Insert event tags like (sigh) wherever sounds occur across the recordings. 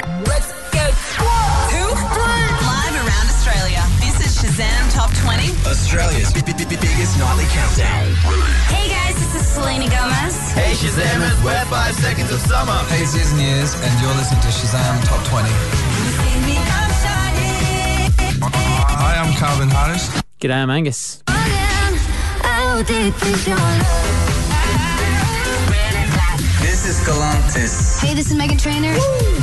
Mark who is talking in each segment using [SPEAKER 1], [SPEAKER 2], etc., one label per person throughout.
[SPEAKER 1] Let's go. One, two, three.
[SPEAKER 2] Live around Australia, this is Shazam Top 20.
[SPEAKER 3] Australia's b- b- b- biggest nightly countdown.
[SPEAKER 4] Hey guys, this is Selena Gomez.
[SPEAKER 3] Hey Shazamers, we're five seconds of summer.
[SPEAKER 5] Hey, it's Years and Years, and you're listening to Shazam Top 20. Hi, I'm Calvin Harris.
[SPEAKER 6] G'day, I'm Angus.
[SPEAKER 4] How deep is your love?
[SPEAKER 3] This is Galantis.
[SPEAKER 4] Hey, this is Megan Trainor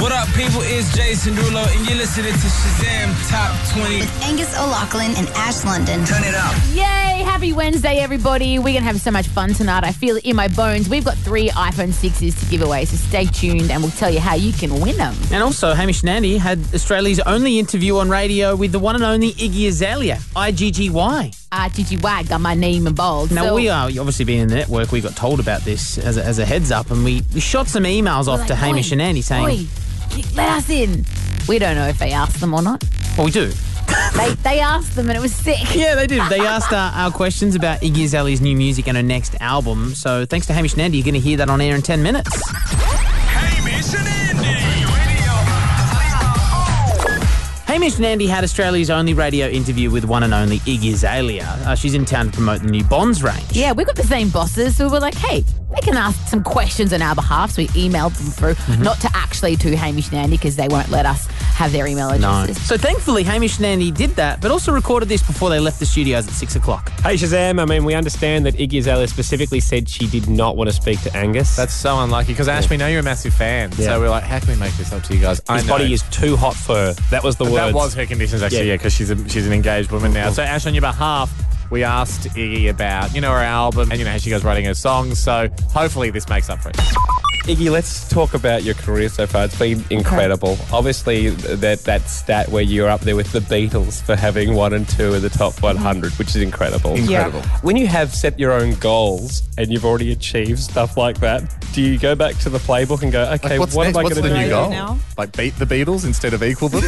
[SPEAKER 7] What up, people? It's Jason Derulo, and you're listening to Shazam Top 20.
[SPEAKER 4] with Angus O'Loughlin and Ash London.
[SPEAKER 3] Turn it up.
[SPEAKER 8] Yay! Happy Wednesday, everybody. We're going to have so much fun tonight. I feel it in my bones. We've got three iPhone 6s to give away, so stay tuned and we'll tell you how you can win them.
[SPEAKER 6] And also, Hamish Nandy had Australia's only interview on radio with the one and only Iggy Azalea, IGGY.
[SPEAKER 8] Uh, Gigi Wag got my name in bold.
[SPEAKER 6] Now,
[SPEAKER 8] So-
[SPEAKER 6] we are obviously being in the network. We got told about this as a, as a heads up, and we, we shot some emails off
[SPEAKER 8] We're
[SPEAKER 6] to
[SPEAKER 8] like,
[SPEAKER 6] Hamish
[SPEAKER 8] "Oi,
[SPEAKER 6] and Andy saying,
[SPEAKER 8] oi, let us in. We don't know if they asked them or not.
[SPEAKER 6] Well, we do.
[SPEAKER 8] They, they asked them and it was sick. (laughs)
[SPEAKER 6] Yeah, they did. They asked uh, our questions about Iggy Azalea's new music and her next album. So, thanks to Hamish Nandy, you're going to hear that on air in 10 minutes.
[SPEAKER 7] Hamish and Andy.
[SPEAKER 6] Hamish and Andy had Australia's only radio interview with one and only Iggy Azalea. Uh, she's in town to promote the new Bonds range.
[SPEAKER 8] Yeah, we got the same bosses, so we were like, hey, they can ask some questions on our behalf. So we emailed them through,
[SPEAKER 6] Mm-hmm.
[SPEAKER 8] not to actually to Hamish and Andy because they won't let us have their email
[SPEAKER 6] No.
[SPEAKER 8] addresses.
[SPEAKER 6] So thankfully, Hamish and Andy did that, but also recorded this before they left the studios at six o'clock.
[SPEAKER 9] Hey Shazam, I mean, we understand that Iggy Azalea specifically said she did not want to speak to Angus.
[SPEAKER 10] That's so unlucky because Ash, we know you're a massive fan,
[SPEAKER 9] Yeah.
[SPEAKER 10] so we're like, how can we make this up to you guys? I
[SPEAKER 9] His
[SPEAKER 10] know.
[SPEAKER 9] body is too hot for her. That was the word.
[SPEAKER 10] That was her conditions actually,
[SPEAKER 9] Yeah.
[SPEAKER 10] yeah, because she's a, she's an engaged woman now. So Ash, on your behalf, we asked Iggy about you know her album and you know how she goes writing her songs. So hopefully this makes up for it.
[SPEAKER 9] Iggy, let's talk about your career so far. It's been incredible. Obviously, that that stat where you're up there with the Beatles for having one and two in the top 100, which is incredible.
[SPEAKER 10] Incredible. Yeah.
[SPEAKER 9] When you have set your own goals and you've already achieved stuff like that, do you go back to the playbook and go, okay,
[SPEAKER 10] what's
[SPEAKER 9] what
[SPEAKER 10] next?
[SPEAKER 9] am I
[SPEAKER 10] What's
[SPEAKER 9] going to
[SPEAKER 10] the
[SPEAKER 9] do
[SPEAKER 10] new
[SPEAKER 11] goal?
[SPEAKER 9] now?
[SPEAKER 11] now?
[SPEAKER 10] Like beat the Beatles instead of
[SPEAKER 9] (laughs)
[SPEAKER 10] equal them.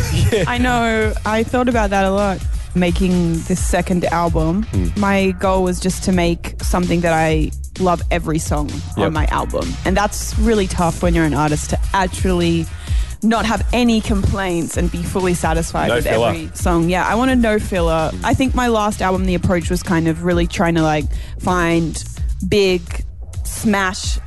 [SPEAKER 11] (laughs) I know. I thought about that a lot. Making this second album,
[SPEAKER 9] Hmm.
[SPEAKER 11] my goal was just to make something that I love every song
[SPEAKER 9] Yep.
[SPEAKER 11] on my album. And that's really tough when you're an artist to actually not have any complaints and be fully satisfied
[SPEAKER 9] No
[SPEAKER 11] with
[SPEAKER 9] filler.
[SPEAKER 11] every song. Yeah, I wanted no filler. I think my last album, the approach was kind of really trying to like find big smash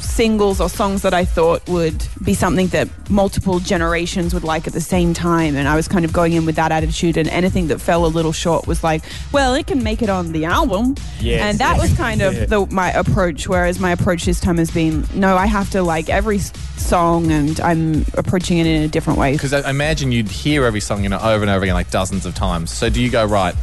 [SPEAKER 11] singles or songs that I thought would be something that multiple generations would like at the same time. And I was kind of going in with that attitude, and anything that fell a little short was like, well, it can make it on the album.
[SPEAKER 9] Yes,
[SPEAKER 11] and that
[SPEAKER 9] yes,
[SPEAKER 11] was kind
[SPEAKER 9] yeah.
[SPEAKER 11] of the, my approach, whereas my approach this time has been, no, I have to like every s- song, and I'm approaching it in a different way.
[SPEAKER 10] Because I imagine you'd hear every song, you know, over and over again, like dozens of times. So do you go right?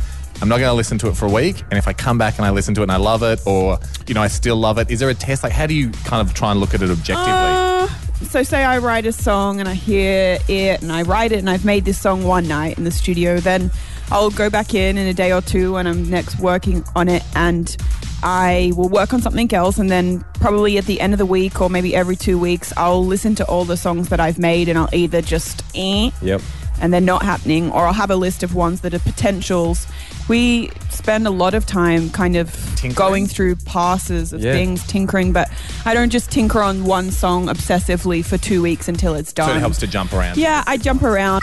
[SPEAKER 10] I'm not going to listen to it for a week, and if I come back and I listen to it and I love it, or you know, I still love it. Is there a test? Like, how do you kind of try and look at it objectively?
[SPEAKER 11] so say I write a song and I hear it and I write it and I've made this song one night in the studio, then I'll go back in in a day or two when I'm next working on it and I will work on something else and then probably at the end of the week or maybe every two weeks I'll listen to all the songs that I've made and I'll either just eh,
[SPEAKER 9] Yep.
[SPEAKER 11] and they're not happening, or I'll have a list of ones that are potentials. We spend a lot of time kind of going through passes of
[SPEAKER 9] Yeah.
[SPEAKER 11] things, tinkering, but I don't just tinker on one song obsessively for two weeks until it's done.
[SPEAKER 10] so it helps to jump around.
[SPEAKER 11] yeah, I jump around.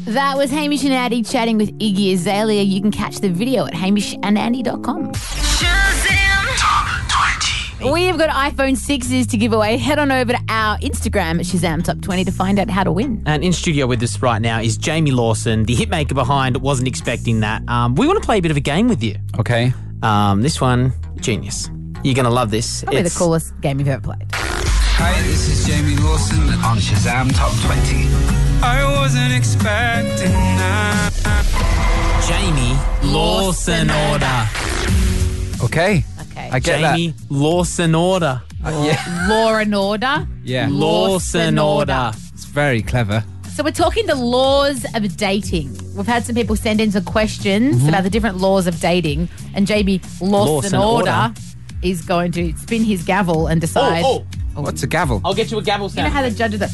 [SPEAKER 8] That was Hamish and Andy chatting with Iggy Azalea. You can catch the video at hamishandandy.com. We've got iPhone 6s to give away. Head on over to our Instagram at Shazam Top 20 to find out how to win.
[SPEAKER 6] And in studio with us right now is Jamie Lawson, the hitmaker behind Wasn't Expecting That. Um, we want to play a bit of a game with you.
[SPEAKER 5] Okay.
[SPEAKER 6] Um, this one, genius. You're going to love this.
[SPEAKER 8] Probably
[SPEAKER 6] It's-
[SPEAKER 8] the coolest game you've ever played.
[SPEAKER 5] Hi, this is Jamie Lawson on Shazam Top 20.
[SPEAKER 7] I wasn't expecting that.
[SPEAKER 6] Jamie Lawson Order.
[SPEAKER 5] Okay.
[SPEAKER 8] Okay.
[SPEAKER 5] I get
[SPEAKER 6] Jamie Lawson Order.
[SPEAKER 5] that. Uh, yeah.
[SPEAKER 8] Law and order.
[SPEAKER 5] Yeah.
[SPEAKER 6] Lawson
[SPEAKER 8] Lawson
[SPEAKER 6] Order.
[SPEAKER 8] Order.
[SPEAKER 5] It's very clever.
[SPEAKER 8] So we're talking the laws of dating. We've had some people send in some questions
[SPEAKER 6] Mm-hmm.
[SPEAKER 8] about the different laws of dating, and JB Lawson,
[SPEAKER 6] Lawson
[SPEAKER 8] order,
[SPEAKER 6] Order.
[SPEAKER 8] is going to spin his gavel and decide.
[SPEAKER 6] Oh, oh,
[SPEAKER 5] What's a gavel?
[SPEAKER 6] I'll get you a gavel
[SPEAKER 8] You know
[SPEAKER 6] sound.
[SPEAKER 8] how the judges are.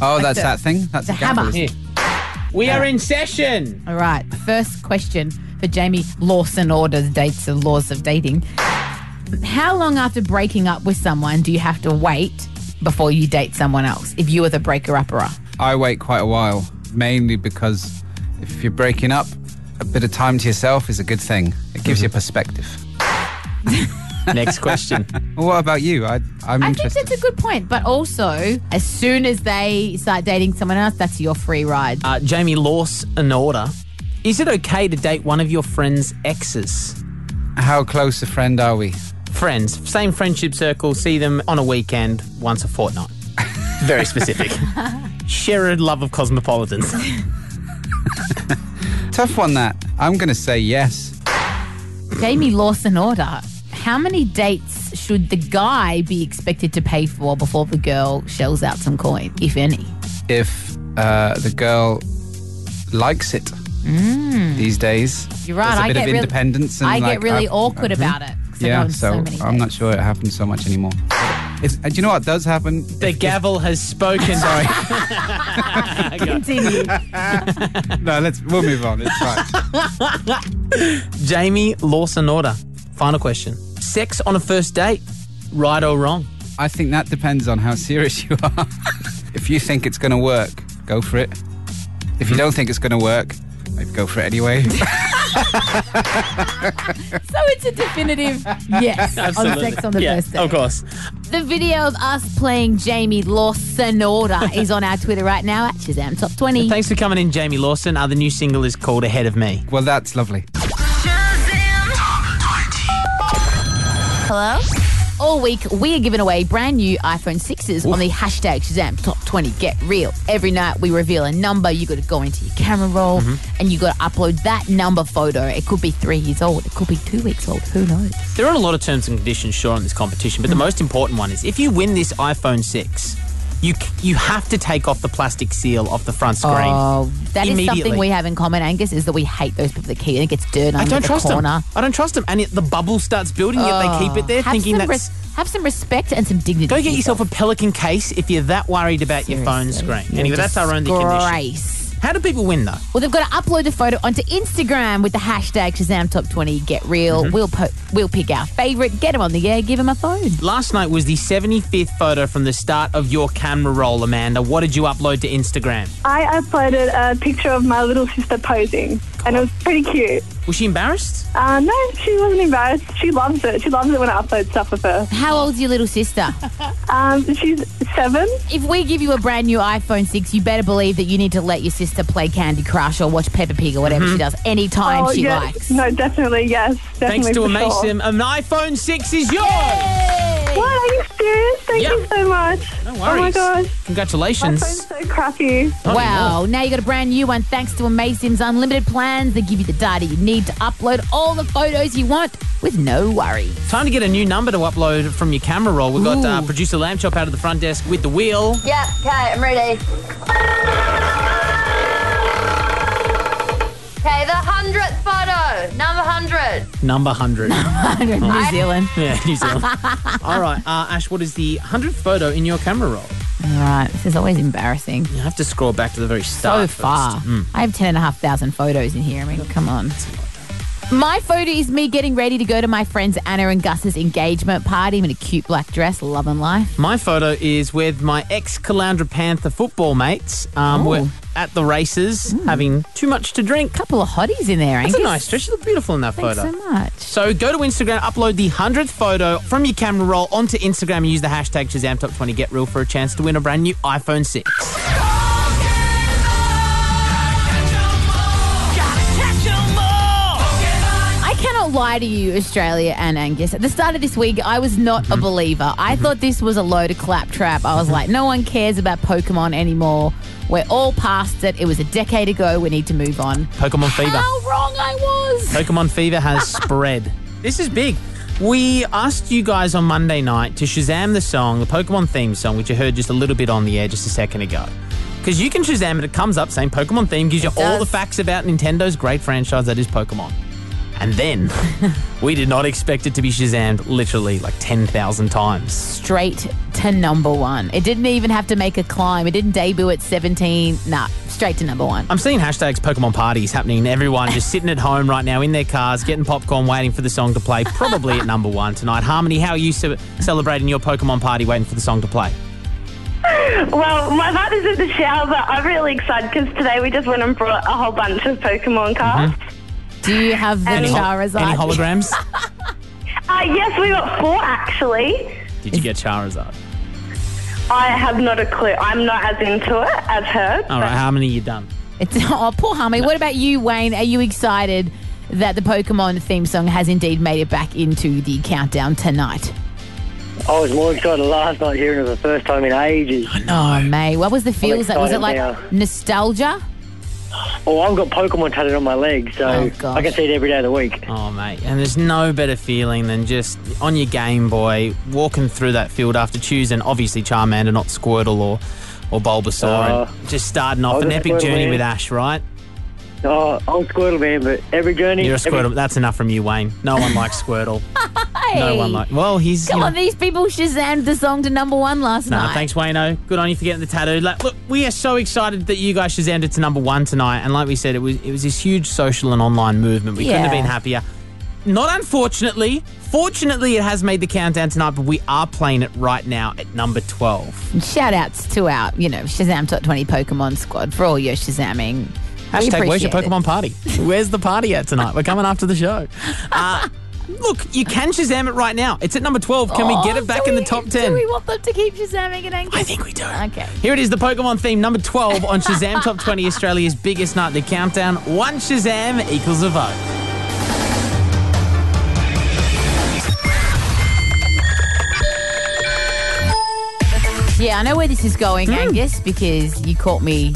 [SPEAKER 5] Oh,
[SPEAKER 8] like
[SPEAKER 5] that's
[SPEAKER 8] the-
[SPEAKER 5] that thing. That's
[SPEAKER 8] the
[SPEAKER 5] a gavel.
[SPEAKER 8] hammer.
[SPEAKER 5] isn't it?
[SPEAKER 6] Here. We are in
[SPEAKER 8] (laughs)
[SPEAKER 6] session.
[SPEAKER 8] All right. First question for Jamie Lawson orders dates and laws of dating. How long after breaking up with someone do you have to wait before you date someone else if you are the breaker upper?
[SPEAKER 5] I wait quite a while, mainly because if you're breaking up, a bit of time to yourself is a good thing. It gives you perspective.
[SPEAKER 6] Next question.
[SPEAKER 5] well, what about you? I, I'm
[SPEAKER 8] I think
[SPEAKER 5] interested.
[SPEAKER 8] that's a good point, but also as soon as they start dating someone else, that's your free ride.
[SPEAKER 6] Uh, Jamie Lawson an order. Is it okay to date one of your friend's exes?
[SPEAKER 5] How close a friend are we?
[SPEAKER 6] Friends, same friendship circle, see them on a weekend once a fortnight. (laughs) Very (laughs) specific. Shared love of cosmopolitans.
[SPEAKER 5] Tough one that. I'm going to say yes.
[SPEAKER 8] Jamie Lawson order. How many dates should the guy be expected to pay for before the girl shells out some coin, if any?
[SPEAKER 5] If uh, the girl likes it these days.
[SPEAKER 8] Mm. You're right.
[SPEAKER 5] There's a
[SPEAKER 8] I
[SPEAKER 5] bit
[SPEAKER 8] get
[SPEAKER 5] of
[SPEAKER 8] really-
[SPEAKER 5] independence.
[SPEAKER 8] I
[SPEAKER 5] and
[SPEAKER 8] get
[SPEAKER 5] like,
[SPEAKER 8] really
[SPEAKER 5] I've-
[SPEAKER 8] awkward
[SPEAKER 5] I've-
[SPEAKER 8] about it. 'cause I've
[SPEAKER 5] Yeah,
[SPEAKER 8] gone to
[SPEAKER 5] so,
[SPEAKER 8] so many
[SPEAKER 5] I'm not sure it happens so much anymore. It's, uh, do you know what does
[SPEAKER 8] (laughs)
[SPEAKER 5] happen?
[SPEAKER 6] The gavel has spoken. (laughs) Sorry. (laughs)
[SPEAKER 8] Continue.
[SPEAKER 5] (laughs) no, let's we'll move on. It's fine.
[SPEAKER 6] Jamie Lawson order. Final question. Sex on a first date, right or wrong?
[SPEAKER 5] I think that depends on how serious (laughs) you are. if you think it's going to work, go for it. If you don't think it's going to work, maybe go for it anyway. (laughs)
[SPEAKER 8] So it's a definitive yes on sex on the
[SPEAKER 6] yeah, Oh,
[SPEAKER 8] first date.
[SPEAKER 6] Of course.
[SPEAKER 8] The video of us playing Jamie
[SPEAKER 6] (laughs)
[SPEAKER 8] Lawson order is on our Twitter right now at Shazam Top 20.
[SPEAKER 6] Thanks for coming in, Jamie Lawson. Uh, the new single is called Ahead of Me.
[SPEAKER 5] Well, that's lovely.
[SPEAKER 8] Hello? All week, we are giving away brand new iPhone 6s on the hashtag Shazam Top 20 Get Real. Every night, we reveal a number. you got to go into your camera roll
[SPEAKER 6] Mm-hmm.
[SPEAKER 8] and you got to upload that number photo. It could be three years old, it could be two weeks old. Who knows?
[SPEAKER 6] There are a lot of terms and conditions sure on this competition, but the most important one is if you win this iPhone 6, you c- you have to take off the plastic seal off the front screen.
[SPEAKER 8] Oh, that is something
[SPEAKER 6] Immediately.
[SPEAKER 8] we have in common, Angus, is that we hate those people that keep it gets dirt
[SPEAKER 6] I
[SPEAKER 8] under
[SPEAKER 6] don't
[SPEAKER 8] the
[SPEAKER 6] trust
[SPEAKER 8] corner. Oh,
[SPEAKER 6] them. I don't trust them. And it, the bubble starts building, yet they keep it there
[SPEAKER 8] have
[SPEAKER 6] thinking
[SPEAKER 8] some
[SPEAKER 6] that's...
[SPEAKER 8] res- have some respect and some dignity.
[SPEAKER 6] Go get yourself a Pelican case if you're that worried about your phone screen. Anyway, that's our only condition.
[SPEAKER 8] Grace.
[SPEAKER 6] How do people win though?
[SPEAKER 8] Well, they've got to upload the photo onto Instagram with the hashtag Shazam Top 20 Get Real.
[SPEAKER 6] Mm-hmm.
[SPEAKER 8] We'll po- we'll pick our favorite, get them on the air, give them a phone.
[SPEAKER 6] Last night was the 75th photo from the start of your camera roll, Amanda. What did you upload to Instagram?
[SPEAKER 12] I uploaded a picture of my little sister posing, and it was pretty cute.
[SPEAKER 6] Was she embarrassed?
[SPEAKER 12] Uh, no, she wasn't embarrassed. She loves it. She loves it when I upload stuff of her.
[SPEAKER 8] How old's your
[SPEAKER 6] (laughs)
[SPEAKER 8] little sister?
[SPEAKER 12] Um, she's seven.
[SPEAKER 8] If we give you a brand new iPhone 6, you better believe that you need to let your sister play Candy Crush or watch Peppa Pig or whatever
[SPEAKER 6] Mhm.
[SPEAKER 8] she does anytime
[SPEAKER 12] Oh,
[SPEAKER 8] she
[SPEAKER 12] yeah.
[SPEAKER 8] likes.
[SPEAKER 12] No, definitely, yes. Definitely
[SPEAKER 6] Thanks to
[SPEAKER 12] for
[SPEAKER 6] Amasim, an iPhone 6 is yours!
[SPEAKER 12] Sure. What? Are you serious? Thank you so much. No Oh my
[SPEAKER 6] worries.
[SPEAKER 12] gosh. My phone's
[SPEAKER 6] Congratulations.
[SPEAKER 12] so crappy.
[SPEAKER 8] Wow, now you got a brand new one thanks to Amasim's unlimited plans. They give you the data you need to upload all the photos you want with no worry.
[SPEAKER 6] Time to get a new number to upload from your camera roll. We've got uh, producer Lamb Chop out of the front desk with the wheel.
[SPEAKER 13] Yeah, okay, I'm ready. Okay, the hundredth photo, number hundred.
[SPEAKER 6] Number
[SPEAKER 8] (laughs)
[SPEAKER 6] 100.
[SPEAKER 8] 100, New Zealand.
[SPEAKER 6] Yeah, New Zealand. All right, uh, Ash, what is the 100th photo in your camera roll?
[SPEAKER 8] All right, this is always embarrassing.
[SPEAKER 6] You have to scroll back to the very
[SPEAKER 8] So
[SPEAKER 6] start.
[SPEAKER 8] far.
[SPEAKER 6] first. Mm.
[SPEAKER 8] I have 10,500 photos in here. I mean, come on. My photo is me getting ready to go to my friends Anna and Gus's engagement party. I'm in a cute black dress, love and life.
[SPEAKER 6] My photo is with my ex Calandra Panther football mates. Um,
[SPEAKER 8] Ooh. Hmm.
[SPEAKER 6] we're at the races, having too much to drink.
[SPEAKER 8] Couple of hotties in there,
[SPEAKER 6] That's
[SPEAKER 8] Angus.
[SPEAKER 6] a nice dress. You look beautiful in that
[SPEAKER 8] Thanks
[SPEAKER 6] photo.
[SPEAKER 8] so much.
[SPEAKER 6] So go to Instagram, upload the 100th photo from your camera roll onto Instagram and use the hashtag ShazamTop20 Get Real for a chance to win a brand new iPhone 6.
[SPEAKER 8] I cannot lie to you, Australia and Angus. At the start of this week, I was not a believer. I thought this was a load of claptrap. I was like, no one cares about Pokemon anymore. We're all past it. It was a decade ago. We need to move on.
[SPEAKER 6] Pokemon Fever.
[SPEAKER 8] How wrong I was.
[SPEAKER 6] Pokemon fever has spread. This is big. We asked you guys on Monday night to Shazam the song, the Pokemon theme song, which you heard just a little bit on the air just a second ago. Because you can Shazam it, it comes up saying Pokemon theme, gives you all the facts about Nintendo's great franchise that is Pokemon. And then we did not expect it to be Shazammed literally like 10,000 times.
[SPEAKER 8] Straight to number one. It didn't even have to make a climb. It didn't debut at 17. Nah, straight to number one.
[SPEAKER 6] I'm seeing hashtags Pokemon parties happening, and everyone just sitting at home right now in their cars, getting popcorn, waiting for the song to play, probably at number one tonight. Harmony, how are you ce- celebrating your Pokemon party, waiting for the song to play?
[SPEAKER 12] Well, my mother's in the shower, but I'm really excited because today we just went and brought a whole bunch of Pokemon cards.
[SPEAKER 8] Do you have the
[SPEAKER 12] Any hol-
[SPEAKER 8] Charizard?
[SPEAKER 6] Any holograms?
[SPEAKER 12] Uh, yes, we got four actually.
[SPEAKER 6] Did you get Charizard?
[SPEAKER 12] I have not a clue. I'm not as into it as her.
[SPEAKER 6] All right, how many you done?
[SPEAKER 8] It's oh poor Harmony. What about you, Wayne? Are you excited that the Pokemon theme song has indeed made it back into the countdown tonight?
[SPEAKER 14] I was more excited last night hearing it for the first time in ages.
[SPEAKER 8] Oh, mate, what was the feels? That was it
[SPEAKER 14] excited now.
[SPEAKER 8] like nostalgia?
[SPEAKER 14] Oh, I've got Pokemon tattooed on my leg, so I can see it every day of the week.
[SPEAKER 6] Oh, mate. And there's no better feeling than just on your Game Boy, walking through that field after choosing, obviously, Charmander, not Squirtle or, or Bulbasaur,
[SPEAKER 14] Uh,
[SPEAKER 6] and just starting off
[SPEAKER 14] I'll
[SPEAKER 6] an
[SPEAKER 14] go
[SPEAKER 6] epic
[SPEAKER 14] Squirtle,
[SPEAKER 6] journey
[SPEAKER 14] man.
[SPEAKER 6] with Ash, right?
[SPEAKER 14] Oh, I'm Squirtle Man, but every journey.
[SPEAKER 6] You're a
[SPEAKER 14] every-
[SPEAKER 6] Squirtle. That's enough from you, Wayne. No one likes Squirtle. No one like. Well, he's.
[SPEAKER 8] Come
[SPEAKER 6] you
[SPEAKER 8] on,
[SPEAKER 6] know-
[SPEAKER 8] these people shazammed the song to number one last
[SPEAKER 6] Nah,
[SPEAKER 8] night.
[SPEAKER 6] thanks, Wayno. Good on you for getting the tattoo. Like, look, we are so excited that you guys shazammed it to number one tonight. And like we said, it was it was this huge social and online movement. We couldn't have
[SPEAKER 8] Yeah.
[SPEAKER 6] been happier. Not unfortunately. Fortunately, it has made the countdown tonight, but we are playing it right now at number twelve.
[SPEAKER 8] And Shout outs to our, you know, Shazam Top 20 Pokemon squad for all your Shazamming. We
[SPEAKER 6] Hashtag where's your
[SPEAKER 8] appreciate it.
[SPEAKER 6] Pokemon party? Where's the party at tonight? We're coming after the show. Uh, look, you can Shazam it right now. It's at number twelve. Can we get
[SPEAKER 8] Oh,
[SPEAKER 6] it back
[SPEAKER 8] do
[SPEAKER 6] in the
[SPEAKER 8] we-
[SPEAKER 6] top ten?
[SPEAKER 8] Do we want them to keep Shazamming it? I think
[SPEAKER 6] we do.
[SPEAKER 8] Okay.
[SPEAKER 6] Here it is, the Pokemon theme number 12 on Shazam Top 20 Australia's biggest night, the countdown. One Shazam equals a vote.
[SPEAKER 8] Yeah, I know where this is going,
[SPEAKER 6] Hmm.
[SPEAKER 8] Angus, because you caught me.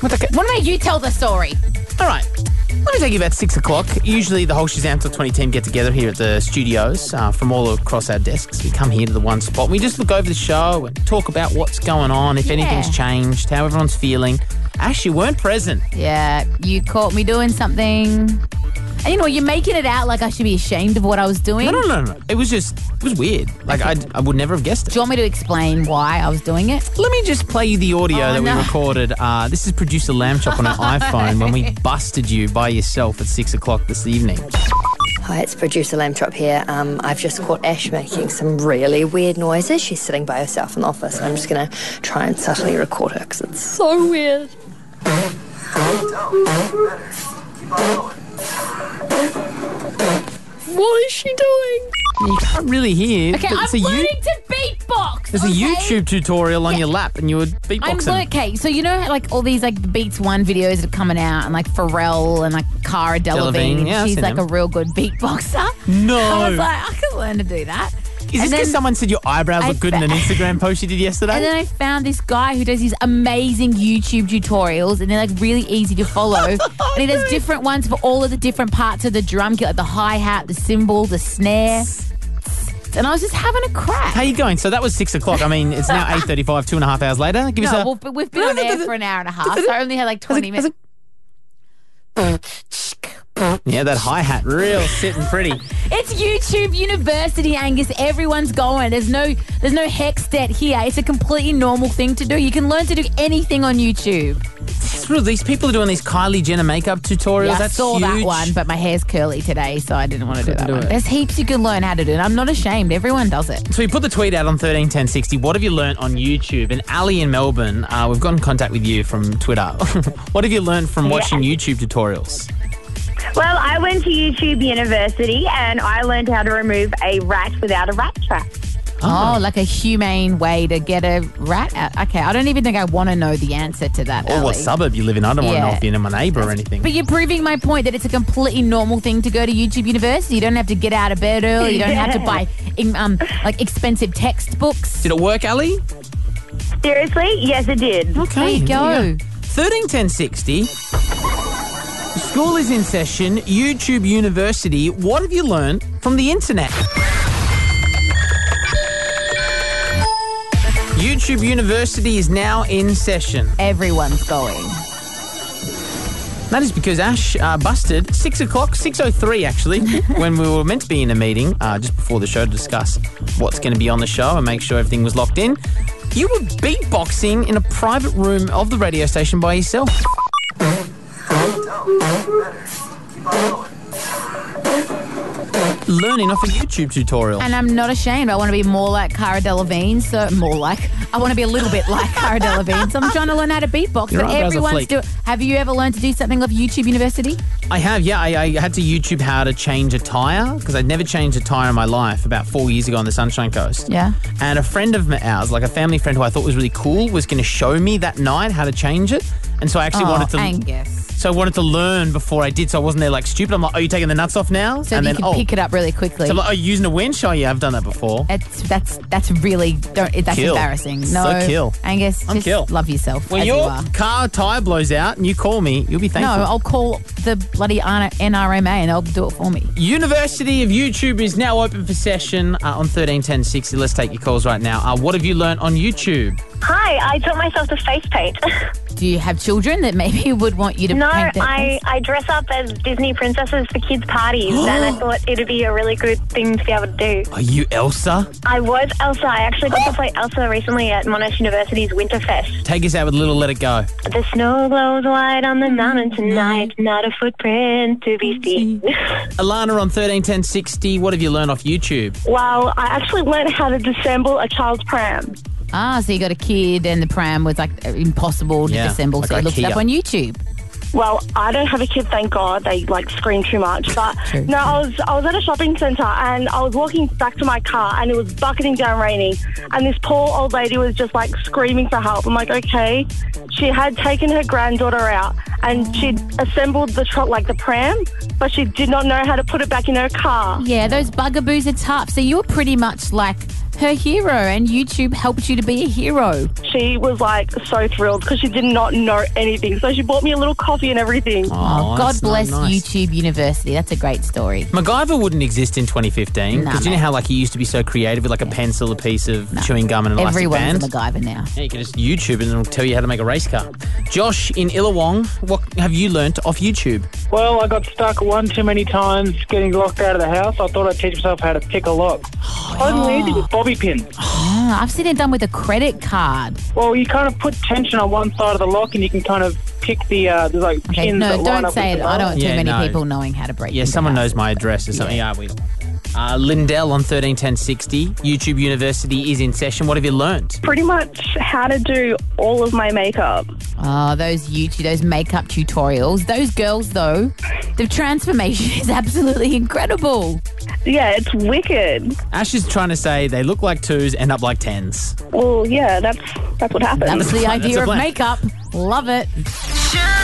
[SPEAKER 8] What the? What made you tell the story?
[SPEAKER 6] All right. Let me take you about six o'clock. Usually, the whole Shazam Top 20 team get together here at the studios uh, from all across our desks. We come here to the one spot. We just look over the show and talk about what's going on, if
[SPEAKER 8] Yeah.
[SPEAKER 6] anything's changed, how everyone's feeling. Ash, you weren't present.
[SPEAKER 8] Yeah, you caught me doing something. And you know, you're making it out like I should be ashamed of what I was doing.
[SPEAKER 6] No, no, no, no. It was just, it was weird. Like, I, I would never have guessed it.
[SPEAKER 8] Do you want me to explain why I was doing it?
[SPEAKER 6] Let me just play you the audio
[SPEAKER 8] Oh,
[SPEAKER 6] that
[SPEAKER 8] no.
[SPEAKER 6] we recorded. Uh, this is producer Lamb Chop
[SPEAKER 8] (laughs)
[SPEAKER 6] on her iPhone when we busted you by yourself at six o'clock this evening.
[SPEAKER 15] Hi, it's producer Lamb Chop here. Um, I've just caught Ash making some really weird noises. She's sitting by herself in the office. I'm just going to try and subtly record her because it's so weird.
[SPEAKER 8] What is she doing?
[SPEAKER 6] You can't really hear.
[SPEAKER 8] Okay,
[SPEAKER 6] but
[SPEAKER 8] I'm
[SPEAKER 6] it's a,
[SPEAKER 8] learning
[SPEAKER 6] you-
[SPEAKER 8] to beatbox.
[SPEAKER 6] there's a
[SPEAKER 8] okay?
[SPEAKER 6] YouTube tutorial on your lap, and you were
[SPEAKER 8] I'm
[SPEAKER 6] beatboxing.
[SPEAKER 8] learning. Okay, so you know, like all these like Beats One videos that are coming out, and like Pharrell and like Cara Delevingne.
[SPEAKER 6] Delevingne, yeah, I've
[SPEAKER 8] she's
[SPEAKER 6] seen
[SPEAKER 8] like
[SPEAKER 6] them.
[SPEAKER 8] a real good beatboxer.
[SPEAKER 6] No.
[SPEAKER 8] I was like, I can learn to do that.
[SPEAKER 6] Is this
[SPEAKER 8] And
[SPEAKER 6] because
[SPEAKER 8] then-
[SPEAKER 6] someone said your eyebrows
[SPEAKER 8] I
[SPEAKER 6] look good in an
[SPEAKER 8] fa-
[SPEAKER 6] Instagram post you did yesterday?
[SPEAKER 8] And then I found this guy who does these amazing YouTube tutorials, and they're like really easy
[SPEAKER 6] (laughs)
[SPEAKER 8] to follow. and he does different ones for all of the different parts of the drum kit, like the hi hat, the cymbal, the snare. And I was just having a crack.
[SPEAKER 6] How you going? So that was six o'clock. I mean, it's now eight thirty-five. Two and a half hours later. Give
[SPEAKER 8] no,
[SPEAKER 6] us a.
[SPEAKER 8] well, but we've been on air for an hour and a half, so I only had like 20 minutes.
[SPEAKER 6] yeah, that hi hat, real sitting pretty.
[SPEAKER 8] It's YouTube University, Angus. Everyone's going. There's no there's no hex debt here. It's a completely normal thing to do. You can learn to do anything on YouTube.
[SPEAKER 6] It's real- These people are doing these Kylie Jenner makeup tutorials.
[SPEAKER 8] Yeah, I
[SPEAKER 6] That's
[SPEAKER 8] saw
[SPEAKER 6] huge.
[SPEAKER 8] that one, but my hair's curly today, so I didn't want to do
[SPEAKER 6] Couldn't
[SPEAKER 8] that
[SPEAKER 6] do
[SPEAKER 8] one.
[SPEAKER 6] it.
[SPEAKER 8] There's heaps you can learn how to do, and I'm not ashamed. Everyone does it.
[SPEAKER 6] So we put the tweet out on 131060. What have you learnt on YouTube? And Ali in Melbourne, uh, we've got in contact with you from Twitter. (laughs) what have you learnt from watching YouTube tutorials?
[SPEAKER 16] Well, I went to YouTube University and I learned how to remove a rat without a rat trap.
[SPEAKER 8] Oh, like a humane way to get a rat out. Okay, I don't even think I want to know the answer to that.
[SPEAKER 6] Or
[SPEAKER 8] Ellie.
[SPEAKER 6] what suburb you live in? I don't want to know
[SPEAKER 8] Yeah.
[SPEAKER 6] if you're in my neighbour or anything.
[SPEAKER 8] But you're proving my point that it's a completely normal thing to go to YouTube University. You don't have to get out of bed early. You don't have to
[SPEAKER 16] Yeah.
[SPEAKER 8] buy in- um, like expensive textbooks.
[SPEAKER 6] Did it work, Ali?
[SPEAKER 16] Seriously? Yes, it did.
[SPEAKER 6] Okay.
[SPEAKER 8] There you go.
[SPEAKER 6] 131060. School is in session. YouTube University. What have you learnt from the internet? YouTube University is now in session.
[SPEAKER 8] Everyone's going.
[SPEAKER 6] That is because Ash uh, busted six o'clock, six o three actually, when we were meant to be in a meeting uh, just before the show to discuss what's going to be on the show and make sure everything was locked in. You were beatboxing in a private room of the radio station by yourself. learning off a YouTube tutorial.
[SPEAKER 8] And I'm not ashamed. I want to be more like Cara Delevingne. So more like I want to be a little bit like Cara Delevingne. So I'm trying to learn how to beatbox.
[SPEAKER 6] Your
[SPEAKER 8] but
[SPEAKER 6] eyebrows are
[SPEAKER 8] everyone's
[SPEAKER 6] fleek.
[SPEAKER 8] doing. Have you ever learned to do something off YouTube University?
[SPEAKER 6] I have, yeah. I, I had to YouTube how to change a tire because I'd never changed a tire in my life about four years ago on the Sunshine Coast.
[SPEAKER 8] Yeah.
[SPEAKER 6] And a friend of m- ours, like a family friend who I thought was really cool, was going to show me that night how to change it. And so I actually
[SPEAKER 8] oh,
[SPEAKER 6] wanted to.
[SPEAKER 8] Angus.
[SPEAKER 6] So I wanted to learn before I did, so I wasn't there like stupid. I'm like, oh, you taking the nuts off now? "Oh."
[SPEAKER 8] So that you can pick it up really quickly.
[SPEAKER 6] So I'm like, oh, you using a winch? Oh, yeah, I've done that before.
[SPEAKER 8] It's, that's that's really don't it, that's
[SPEAKER 6] Kill.
[SPEAKER 8] embarrassing.
[SPEAKER 6] So
[SPEAKER 8] No,
[SPEAKER 6] kill.
[SPEAKER 8] Angus,
[SPEAKER 6] I'm
[SPEAKER 8] just
[SPEAKER 6] kill.
[SPEAKER 8] love yourself
[SPEAKER 6] When
[SPEAKER 8] as
[SPEAKER 6] your
[SPEAKER 8] you are.
[SPEAKER 6] car tire blows out and you call me, you'll be thankful.
[SPEAKER 8] No, I'll call the bloody NRMA and they'll do it for me.
[SPEAKER 6] University of YouTube is now open for session uh, on 131060. Let's take your calls right now. Uh, what have you learnt on YouTube?
[SPEAKER 11] Hi, I taught myself to face paint. (laughs)
[SPEAKER 8] Do you have children that maybe (laughs) would want you to
[SPEAKER 11] no,
[SPEAKER 8] paint their
[SPEAKER 11] I, I dress up as Disney princesses for kids' parties, and I thought it'd be a really good thing to be able to do.
[SPEAKER 6] Are you Elsa?
[SPEAKER 11] I was Elsa. I actually got to play Elsa recently at Monash University's Winterfest.
[SPEAKER 6] Take us out with Little Let It Go.
[SPEAKER 11] The snow glows white on the mountain tonight, not a footprint to be seen. (laughs)
[SPEAKER 6] Alana on 131060, what have you learnt off YouTube?
[SPEAKER 11] well, I actually learned how to disassemble a child's pram.
[SPEAKER 8] Ah, so you got a kid and the pram was like impossible to
[SPEAKER 11] Yeah,
[SPEAKER 8] disassemble,
[SPEAKER 11] like
[SPEAKER 8] so you looked it
[SPEAKER 11] IKEA.
[SPEAKER 8] up on YouTube.
[SPEAKER 11] Well, I don't have a kid, thank God. They like scream too much. But no, I was I was at a shopping centre and I was walking back to my car and it was bucketing down raining and this poor old lady was just like screaming for help. I'm like, okay. She had taken her granddaughter out and she'd assembled the tr- like the pram, but she did not know how to put it back in her car.
[SPEAKER 8] Yeah, those bugaboos are tough. So you were pretty much like her hero, and YouTube helped you to be a hero.
[SPEAKER 11] She was like so thrilled because she did not know anything. So she bought me a little coffee and everything.
[SPEAKER 8] Oh, God
[SPEAKER 6] that's not
[SPEAKER 8] bless
[SPEAKER 6] nice.
[SPEAKER 8] YouTube University. That's a great story.
[SPEAKER 6] MacGyver wouldn't exist in 2015
[SPEAKER 8] Nah,
[SPEAKER 6] because you
[SPEAKER 8] mate.
[SPEAKER 6] know how like he used to be so creative with like a pencil, a piece of chewing gum, and an elastic
[SPEAKER 8] Everyone's
[SPEAKER 6] band.
[SPEAKER 8] a MacGyver now.
[SPEAKER 6] yeah, you can just YouTube and it'll tell you how to make a race car. Josh in Illawong, what have you learnt off YouTube?
[SPEAKER 17] Well, I got stuck one too many times getting locked out of the house. I thought I'd teach myself how to pick a lock. I needed a bobby pin.
[SPEAKER 8] Ah, I've seen it done with a credit card.
[SPEAKER 17] Well, you kind of put tension on one side of the lock and you can kind of pick the, uh, there's like
[SPEAKER 8] Okay,
[SPEAKER 17] pins
[SPEAKER 8] no,
[SPEAKER 17] that line
[SPEAKER 8] don't
[SPEAKER 17] up
[SPEAKER 8] say
[SPEAKER 17] with
[SPEAKER 8] it.
[SPEAKER 17] the
[SPEAKER 8] I don't
[SPEAKER 17] lock.
[SPEAKER 8] want
[SPEAKER 6] Yeah,
[SPEAKER 8] too many
[SPEAKER 6] no.
[SPEAKER 8] people knowing how to break.
[SPEAKER 6] Yeah,
[SPEAKER 8] into
[SPEAKER 6] someone
[SPEAKER 8] houses.
[SPEAKER 6] knows my address or something. Yeah, we. Uh, Lindell on thirteen ten sixty. YouTube University is in session. What have you learnt?
[SPEAKER 18] Pretty much how to do all of my makeup.
[SPEAKER 8] Oh, those YouTube, those makeup tutorials. Those girls, though, the transformation (laughs) is absolutely incredible.
[SPEAKER 18] Yeah, it's wicked.
[SPEAKER 6] Ash is trying to say they look like twos, end up like tens.
[SPEAKER 18] Well, yeah, that's that's what happens.
[SPEAKER 8] That was the
[SPEAKER 6] That's a
[SPEAKER 8] idea of
[SPEAKER 6] plan.
[SPEAKER 8] makeup. Love it.
[SPEAKER 13] Sure